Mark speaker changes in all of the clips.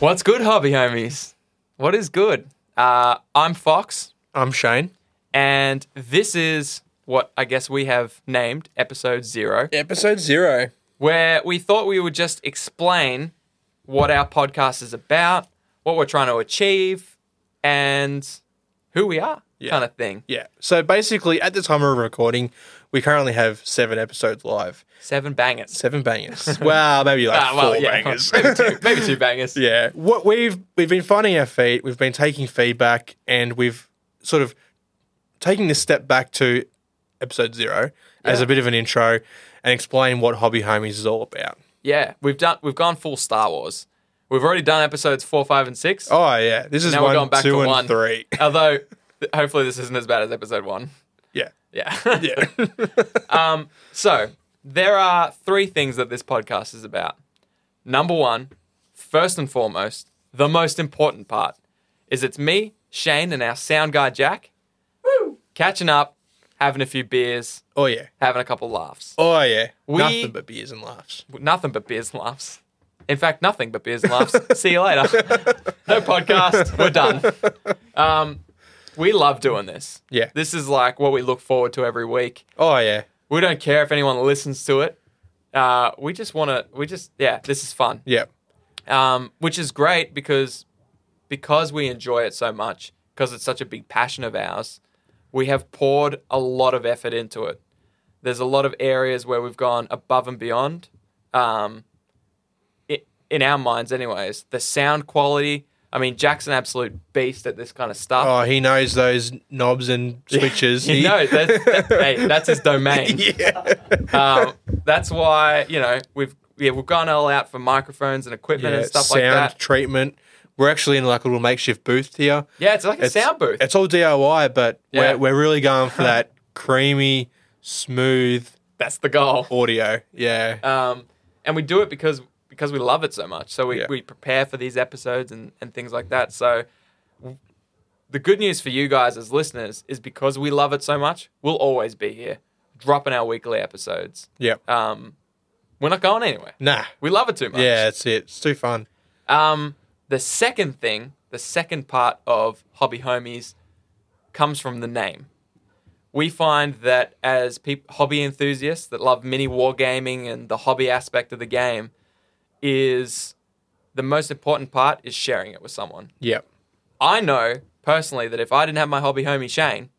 Speaker 1: What's good, hobby homies? What is good? Uh, I'm Fox,
Speaker 2: I'm Shane.
Speaker 1: and this is what I guess we have named episode zero,
Speaker 2: Episode zero.
Speaker 1: where we thought we would just explain what our podcast is about, what we're trying to achieve, and who we are, kind of thing.
Speaker 2: Yeah. So basically, at the time of recording, we currently have seven episodes live.
Speaker 1: Seven bangers.
Speaker 2: Seven bangers. wow, maybe like
Speaker 1: Ah, well,
Speaker 2: four
Speaker 1: yeah,
Speaker 2: bangers.
Speaker 1: maybe, two, maybe two bangers.
Speaker 2: yeah. What we've we've been finding our feet. We've been taking feedback, and we've sort of taking this step back to episode zero as
Speaker 1: Yeah.
Speaker 2: a bit of an intro and explain what Hobby Homies is all about.
Speaker 1: Yeah, we've done. We've gone full Star Wars. We've already done episodes four, five, and six.
Speaker 2: Oh yeah, this is
Speaker 1: Now we're
Speaker 2: one,
Speaker 1: going back
Speaker 2: two,
Speaker 1: to
Speaker 2: and
Speaker 1: one.
Speaker 2: three.
Speaker 1: Although, th- hopefully, this isn't as bad as episode one.
Speaker 2: yeah.
Speaker 1: Yeah.
Speaker 2: Yeah.
Speaker 1: so, there are three things that this podcast is about. Number one, first and foremost, the most important part is it's me, Shane, and our sound guy, Jack, catching up, having a few beers,
Speaker 2: oh yeah.
Speaker 1: having a couple laughs.
Speaker 2: Oh yeah.
Speaker 1: We-
Speaker 2: Nothing but beers and laughs.
Speaker 1: Nothing but beers and laughs. In fact, nothing but beers and laughs. See you later. no podcast. We're done. Um, we love doing this.
Speaker 2: Yeah.
Speaker 1: This is like what we look forward to every week.
Speaker 2: Oh yeah.
Speaker 1: We don't care if anyone listens to it. Uh, we just want to. We just yeah. This is fun,
Speaker 2: Yeah.
Speaker 1: um, which is great because because we enjoy it so much because it's such a big passion of ours. We have poured a lot of effort into it. There's a lot of areas where we've gone above and beyond. Um, i in our minds, anyways, the sound quality. I mean, Jack's an absolute beast at this kind of stuff.
Speaker 2: Oh, he knows those knobs and switches.
Speaker 1: You
Speaker 2: He-
Speaker 1: know, that's, that, hey, that's his domain.
Speaker 2: yeah.
Speaker 1: um, that's why you know we've yeah we've gone all out for microphones and equipment
Speaker 2: yeah
Speaker 1: and stuff
Speaker 2: sound
Speaker 1: like that.
Speaker 2: treatment. We're actually in like a little makeshift booth here.
Speaker 1: Yeah, it's like a sound booth.
Speaker 2: It's all DIY, but
Speaker 1: Yeah.
Speaker 2: we're, we're really going for that creamy, smooth
Speaker 1: That's the goal.
Speaker 2: audio. Yeah.
Speaker 1: Um, and we do it because because we love it so much. So we,
Speaker 2: Yeah.
Speaker 1: we prepare for these episodes and, and things like that. So the good news for you guys as listeners is because we love it so much, we'll always be here dropping our weekly episodes.
Speaker 2: yeah.
Speaker 1: Um, we're not going anywhere.
Speaker 2: nah.
Speaker 1: We love it too much.
Speaker 2: Yeah, that's it. It's too fun.
Speaker 1: Um, the second thing, the second part of Hobby Homies comes from the name. We find that as peop hobby enthusiasts that love mini wargaming and the hobby aspect of the game is the most important part is sharing it with someone.
Speaker 2: Yeah.
Speaker 1: I know personally that if I didn't have my hobby homie Shane,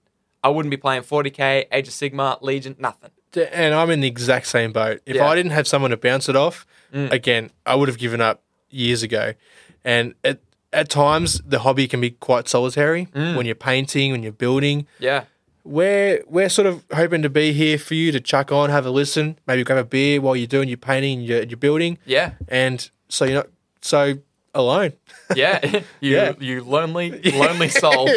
Speaker 1: I wouldn't be playing 40k, Age of Sigma, Legion, nothing.
Speaker 2: D- And I'm in the exact same boat. If
Speaker 1: Yeah.
Speaker 2: I didn't have someone to bounce it off, again, I would have given up years ago. And at, at times, the hobby can be quite solitary when you're painting, when you're building.
Speaker 1: Yeah.
Speaker 2: We're we're sort of hoping to be here for you to chuck on, have a listen, maybe grab a beer while you're doing your painting and your, your building,
Speaker 1: Yeah.
Speaker 2: and so you're not so alone.
Speaker 1: Yeah, you
Speaker 2: Yeah.
Speaker 1: you lonely lonely soul.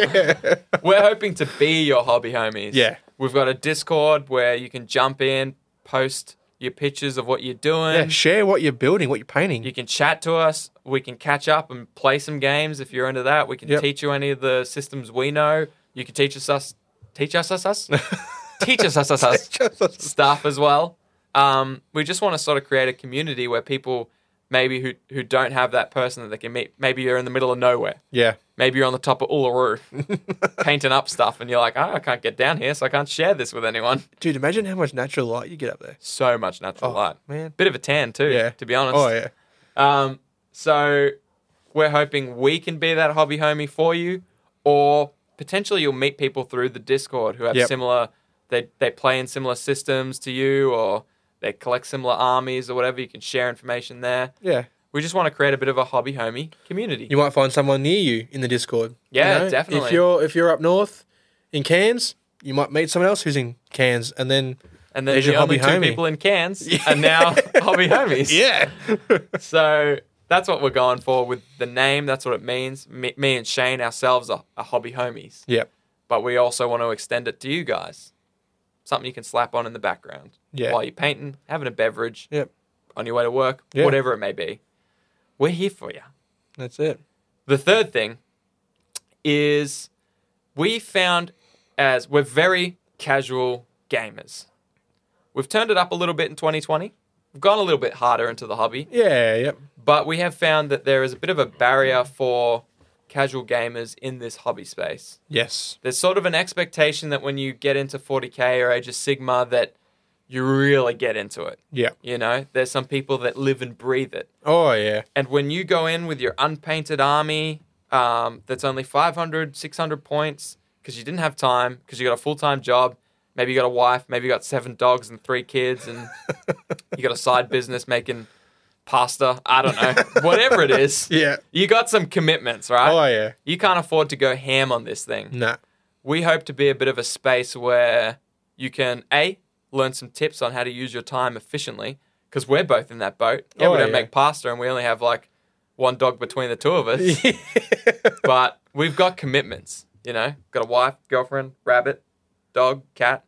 Speaker 1: We're hoping to be your hobby homies.
Speaker 2: Yeah.
Speaker 1: we've got a Discord where you can jump in, post your pictures of what you're doing.
Speaker 2: Yeah, share what you're building, what you're painting.
Speaker 1: You can chat to us. We can catch up and play some games if you're into that. We can
Speaker 2: Yep.
Speaker 1: teach you any of the systems we know. You can teach us us teach us us us teach us us us us stuff as well. Um, we just want to sort of create a community where people maybe who who don't have that person that they can meet. Maybe you're in the middle of nowhere.
Speaker 2: yeah,
Speaker 1: Maybe you're on the top of Uluru painting up stuff and you're like, oh, I can't get down here, so I can't share this with anyone.
Speaker 2: dude, imagine how much natural light you get up there.
Speaker 1: So much natural light.
Speaker 2: Oh, man.
Speaker 1: Bit of a tan, too,
Speaker 2: Yeah,
Speaker 1: to be honest.
Speaker 2: Oh yeah,
Speaker 1: Um, so we're hoping we can be that hobby homie for you, or potentially you'll meet people through the Discord who have
Speaker 2: Yep.
Speaker 1: similar. They they play in similar systems to you, or they collect similar armies or whatever. You can share information there.
Speaker 2: yeah.
Speaker 1: We just want to create a bit of a hobby homie community.
Speaker 2: You might find someone near you in the Discord. You
Speaker 1: Yeah, definitely.
Speaker 2: If you're if you're up north in Cairns, you might meet someone else who's in Cairns, and then
Speaker 1: And then
Speaker 2: There's
Speaker 1: the
Speaker 2: your
Speaker 1: only two
Speaker 2: hobby homie.
Speaker 1: people in Cairns are now hobby homies.
Speaker 2: yeah,
Speaker 1: So that's what we're going for with the name. That's what it means. Me, me and Shane ourselves are, are hobby homies,
Speaker 2: yeah,
Speaker 1: but we also want to extend it to you guys. Something you can slap on in the background
Speaker 2: Yeah.
Speaker 1: while you're painting, having a beverage,
Speaker 2: yeah.
Speaker 1: on your way to work,
Speaker 2: Yeah.
Speaker 1: whatever it may be. We're here for you.
Speaker 2: That's it.
Speaker 1: The third thing is we found as we're very casual gamers. We've turned it up a little bit in 2020. We've gone a little bit harder into the hobby,
Speaker 2: Yeah, yep.
Speaker 1: But we have found that there is a bit of a barrier for casual gamers in this hobby space.
Speaker 2: Yes.
Speaker 1: There's sort of an expectation that when you get into 40K or Age of Sigma that you really get into it.
Speaker 2: Yeah.
Speaker 1: You know, there's some people that live and breathe it.
Speaker 2: Oh yeah.
Speaker 1: And when you go in with your unpainted army um, that's only 500, 600 points because you didn't have time, because you got a full time job, maybe you got a wife, maybe you got seven dogs and three kids, and you got a side business making pasta. I don't know. Whatever it is,
Speaker 2: Yeah.
Speaker 1: you got some commitments, right?
Speaker 2: Oh yeah.
Speaker 1: You can't afford to go ham on this thing
Speaker 2: Nah.
Speaker 1: we hope to be a bit of a space where you can a learn some tips on how to use your time efficiently because we're both in that boat. Yeah,
Speaker 2: Oh,
Speaker 1: we don't
Speaker 2: yeah.
Speaker 1: make pasta and we only have like one dog between the two of us, but we've got commitments. You know, got a wife, girlfriend, rabbit, dog, cat,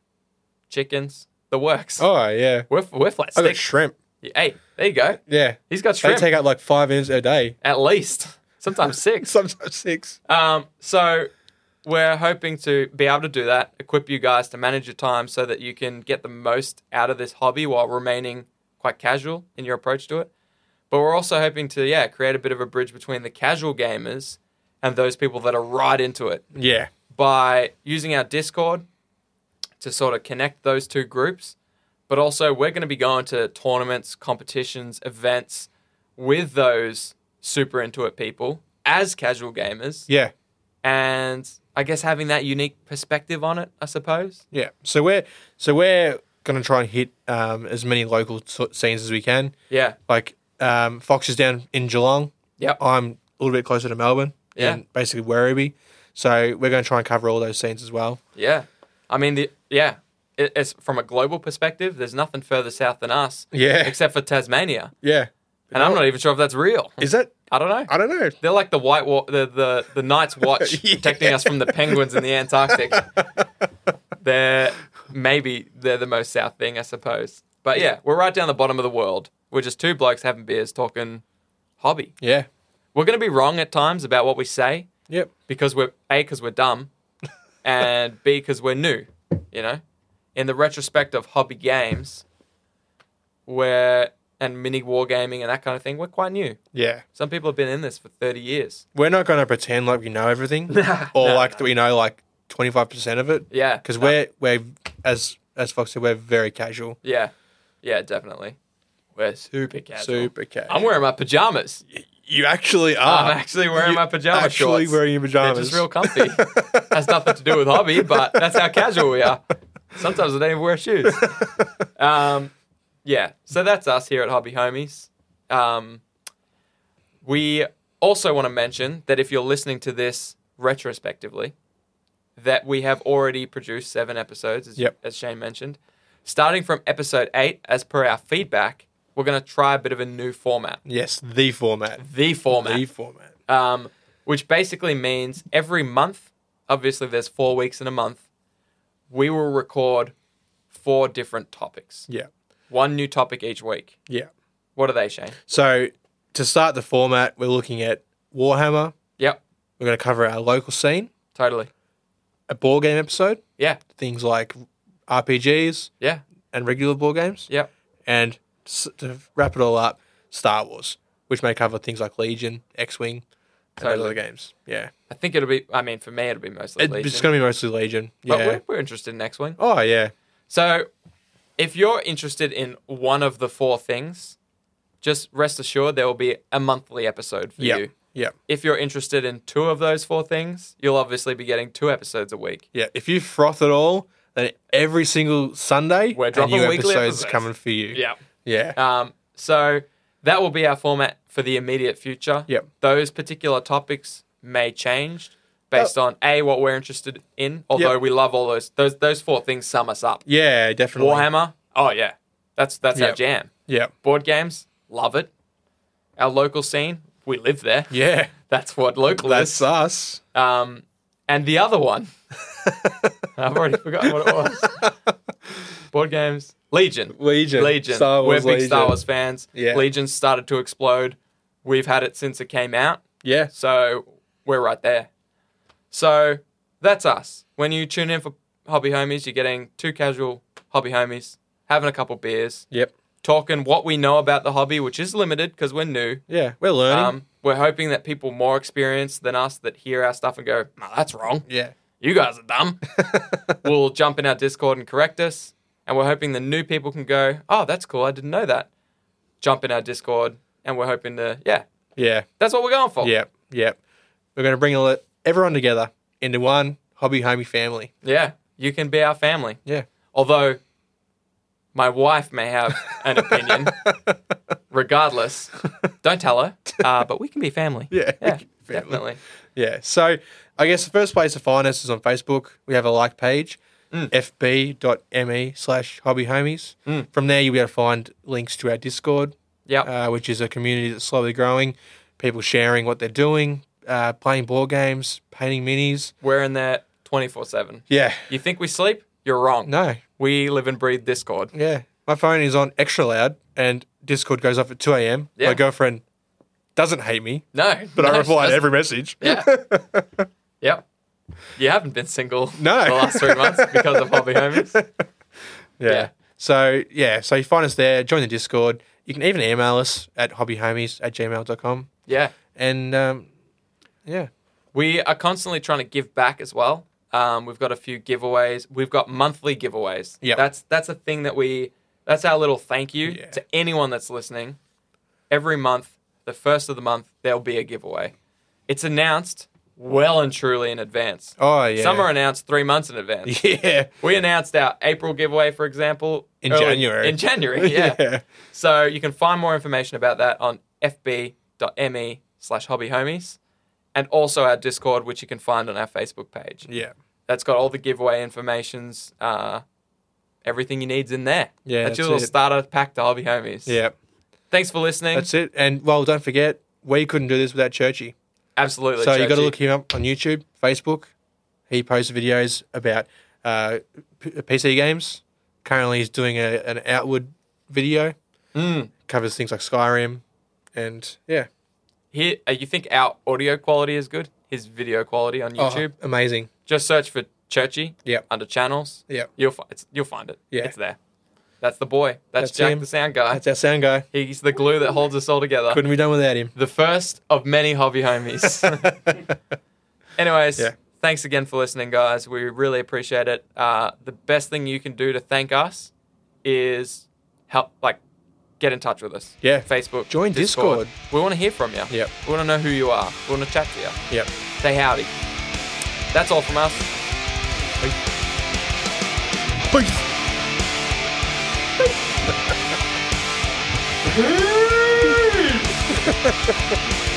Speaker 1: chickens, the works.
Speaker 2: oh yeah.
Speaker 1: We're, we're flat
Speaker 2: I got
Speaker 1: stick.
Speaker 2: shrimp.
Speaker 1: hey, there you go.
Speaker 2: Yeah.
Speaker 1: He's got
Speaker 2: They
Speaker 1: shrimp
Speaker 2: take out like five minutes a day.
Speaker 1: at least, sometimes six.
Speaker 2: Sometimes six.
Speaker 1: Um, so we're hoping to be able to do that, equip you guys to manage your time so that you can get the most out of this hobby while remaining quite casual in your approach to it. But we're also hoping to, yeah, create a bit of a bridge between the casual gamers and those people that are right into it
Speaker 2: Yeah.
Speaker 1: by using our Discord to sort of connect those two groups. But also, we're going to be going to tournaments, competitions, events with those super into it people as casual gamers
Speaker 2: Yeah.
Speaker 1: and I guess having that unique perspective on it, I suppose.
Speaker 2: Yeah. So we're so we're gonna try and hit um, as many local so- scenes as we can.
Speaker 1: Yeah,
Speaker 2: Like um, Fox is down in Geelong.
Speaker 1: Yep.
Speaker 2: I'm a little bit closer to Melbourne.
Speaker 1: Yeah.
Speaker 2: And basically Werribee. So we're gonna try and cover all those scenes as well.
Speaker 1: yeah. I mean, the yeah, it, it's from a global perspective. There's nothing further south than us,
Speaker 2: Yeah.
Speaker 1: except for Tasmania,
Speaker 2: Yeah.
Speaker 1: and I'm not even sure if that's real.
Speaker 2: Is that?
Speaker 1: I don't know.
Speaker 2: I don't know.
Speaker 1: They're like the white wa- the the the Night's Watch
Speaker 2: Yeah.
Speaker 1: protecting us from the penguins in the Antarctic. they're maybe they're the most south thing, I suppose. But yeah, we're right down the bottom of the world. We're just two blokes having beers, talking hobby.
Speaker 2: Yeah.
Speaker 1: We're going to be wrong at times about what we say.
Speaker 2: Yep.
Speaker 1: because we're a because we're dumb, and b because we're new. You know, in the retrospect of hobby games, where and mini wargaming and that kind of thing, we're quite new.
Speaker 2: Yeah.
Speaker 1: Some people have been in this for thirty years.
Speaker 2: We're not gonna pretend like we know everything, or
Speaker 1: no,
Speaker 2: like that we know like twenty five percent of it.
Speaker 1: Yeah,
Speaker 2: Because
Speaker 1: no,
Speaker 2: we're we're as as Fox said, we're very casual.
Speaker 1: yeah, yeah, definitely. We're super casual.
Speaker 2: Super casual.
Speaker 1: I'm wearing my pajamas.
Speaker 2: You actually are.
Speaker 1: I'm actually wearing
Speaker 2: You
Speaker 1: my pajama
Speaker 2: Actually
Speaker 1: shorts.
Speaker 2: wearing your
Speaker 1: They're
Speaker 2: pajamas.
Speaker 1: just real comfy. has nothing to do with hobby, but that's how casual we are. Sometimes I don't even wear shoes. Um, yeah, so that's us here at Hobby Homies. Um, we also want to mention that if you're listening to this retrospectively, that we have already produced seven episodes, as,
Speaker 2: Yep.
Speaker 1: as Shane mentioned. Starting from episode eight, as per our feedback, we're going to try a bit of a new format.
Speaker 2: Yes, the format.
Speaker 1: The format
Speaker 2: The format.
Speaker 1: um, which basically means every month, obviously, there's four weeks in a month, we will record four different topics,
Speaker 2: Yeah.
Speaker 1: one new topic each week.
Speaker 2: Yeah.
Speaker 1: What are they, Shane?
Speaker 2: So to start the format, we're looking at Warhammer.
Speaker 1: Yep,
Speaker 2: We're going to cover our local scene,
Speaker 1: totally.
Speaker 2: a board game episode,
Speaker 1: Yeah,
Speaker 2: things like RPGs
Speaker 1: yeah,
Speaker 2: and regular board games,
Speaker 1: yep,
Speaker 2: and s- to wrap it all up, Star Wars, which may cover things like Legion, X-wing, and those
Speaker 1: Totally.
Speaker 2: other games. Yeah.
Speaker 1: I think it'll be, I mean, for me, it'll be mostly
Speaker 2: It-
Speaker 1: Legion.
Speaker 2: it's going to be mostly Legion.
Speaker 1: but
Speaker 2: Yeah.
Speaker 1: we're, we're interested in X Wing.
Speaker 2: Oh yeah.
Speaker 1: So, if you're interested in one of the four things, just rest assured there will be a monthly episode for
Speaker 2: Yeah.
Speaker 1: you.
Speaker 2: Yeah.
Speaker 1: If you're interested in two of those four things, you'll obviously be getting two episodes a week.
Speaker 2: Yeah, if you froth it all, then every single Sunday,
Speaker 1: We're
Speaker 2: a
Speaker 1: dropping
Speaker 2: new
Speaker 1: weekly
Speaker 2: episode's
Speaker 1: episodes.
Speaker 2: coming for you.
Speaker 1: Yeah.
Speaker 2: Yeah.
Speaker 1: Um, so that will be our format for the immediate future.
Speaker 2: Yep.
Speaker 1: Those particular topics may change
Speaker 2: Oh.
Speaker 1: based on a what we're interested in. Although we love all those those those four things sum us up.
Speaker 2: yeah, definitely.
Speaker 1: Warhammer. Oh yeah, that's that's our
Speaker 2: Yep.
Speaker 1: jam.
Speaker 2: Yeah.
Speaker 1: Board games, love it. Our local scene, we live there.
Speaker 2: Yeah.
Speaker 1: That's what local
Speaker 2: That's
Speaker 1: is.
Speaker 2: us.
Speaker 1: Um, and the other one, I've already forgotten what it was. Board games, Legion.
Speaker 2: Legion.
Speaker 1: Legion.
Speaker 2: Star Wars.
Speaker 1: We're big Star
Speaker 2: Legion.
Speaker 1: Wars fans.
Speaker 2: Yeah.
Speaker 1: Legion started to explode. We've had it since it came out,
Speaker 2: Yeah.
Speaker 1: so we're right there. So that's us. When you tune in for Hobby Homies, you're getting two casual Hobby Homies, having a couple beers,
Speaker 2: Yep.
Speaker 1: talking what we know about the hobby, which is limited because we're new.
Speaker 2: Yeah, we're learning.
Speaker 1: Um, we're hoping that people more experienced than us that hear our stuff and go, no, that's wrong.
Speaker 2: yeah.
Speaker 1: You guys are dumb. will jump in our Discord and correct us. And we're hoping the new people can go, oh, that's cool. I didn't know that. Jump in our Discord. And we're hoping to, yeah,
Speaker 2: yeah.
Speaker 1: that's what we're going for.
Speaker 2: Yep, yep. We're going to bring all everyone together into one hobby homie family.
Speaker 1: Yeah. You can be our family.
Speaker 2: Yeah.
Speaker 1: Although my wife may have an opinion. Regardless, don't tell her. Uh, but we can be family.
Speaker 2: Yeah, we
Speaker 1: Yeah.
Speaker 2: can be family.
Speaker 1: Definitely.
Speaker 2: Yeah. So I guess the first place to find us is on Facebook. We have a like page, fb.me E slash hobby homies. From there, you'll be able to find links to our Discord,
Speaker 1: Yep.
Speaker 2: uh, which is a community that's slowly growing, people sharing what they're doing, uh, playing board games, painting minis.
Speaker 1: We're in there 24 7.
Speaker 2: Yeah.
Speaker 1: You think we sleep? You're wrong.
Speaker 2: No.
Speaker 1: We live and breathe Discord.
Speaker 2: Yeah. My phone is on extra loud and Discord goes off at 2 a.m.
Speaker 1: Yeah.
Speaker 2: My girlfriend doesn't hate me,
Speaker 1: No.
Speaker 2: but I
Speaker 1: no,
Speaker 2: reply to
Speaker 1: that's-
Speaker 2: every message.
Speaker 1: Yeah. yep. You haven't been single
Speaker 2: No.
Speaker 1: the last three months because of hobby homies.
Speaker 2: Yeah.
Speaker 1: Yeah.
Speaker 2: So, yeah. So you find us there, join the Discord. You can even email us at hobbyhomies at gmail.com.
Speaker 1: Yeah.
Speaker 2: And um, yeah.
Speaker 1: We are constantly trying to give back as well. Um, we've got a few giveaways. We've got monthly giveaways.
Speaker 2: Yep.
Speaker 1: That's that's a thing that we that's our little thank you
Speaker 2: Yeah.
Speaker 1: to anyone that's listening. Every month, the first of the month, there'll be a giveaway. It's announced well and truly in advance.
Speaker 2: Oh, yeah.
Speaker 1: Some are announced three months in advance.
Speaker 2: Yeah.
Speaker 1: We announced our April giveaway, for example,
Speaker 2: In January.
Speaker 1: In January, yeah.
Speaker 2: Yeah.
Speaker 1: So you can find more information about that on fb.me E slash hobbyhomies and also our Discord, which you can find on our Facebook page.
Speaker 2: Yeah.
Speaker 1: That's got all the giveaway informations, uh, everything you need's in there.
Speaker 2: Yeah,
Speaker 1: That's, your
Speaker 2: that's
Speaker 1: little
Speaker 2: it.
Speaker 1: starter pack to hobby homies.
Speaker 2: Yeah.
Speaker 1: Thanks for listening.
Speaker 2: That's it. And, well, don't forget, we couldn't do this without Churchy.
Speaker 1: Absolutely.
Speaker 2: So you got to
Speaker 1: Churchy.
Speaker 2: look him up on YouTube, Facebook. He posts videos about uh, P- PC games. Currently, he's doing a, an outward video.
Speaker 1: Mm.
Speaker 2: Covers things like Skyrim, and yeah,
Speaker 1: Here, uh, you think our audio quality is good? His video quality on YouTube.
Speaker 2: Oh, amazing.
Speaker 1: Just search for Churchy
Speaker 2: Yep.
Speaker 1: under channels.
Speaker 2: Yep.
Speaker 1: You'll find it's, you'll find it.
Speaker 2: Yeah.
Speaker 1: It's there. That's the boy. That's,
Speaker 2: That's
Speaker 1: Jack
Speaker 2: him.
Speaker 1: the sound guy.
Speaker 2: That's our sound guy.
Speaker 1: He's the glue that holds us all together.
Speaker 2: Couldn't be done without him.
Speaker 1: The first of many hobby homies. Anyways,
Speaker 2: Yeah.
Speaker 1: thanks again for listening, guys. We really appreciate it. Uh, the best thing you can do to thank us is help, like, get in touch with us.
Speaker 2: Yeah.
Speaker 1: Facebook.
Speaker 2: Join Discord.
Speaker 1: We want to hear from you.
Speaker 2: Yep.
Speaker 1: We want to know who you are. We want to chat to you.
Speaker 2: yep.
Speaker 1: Say howdy. That's all from us.
Speaker 2: Peace.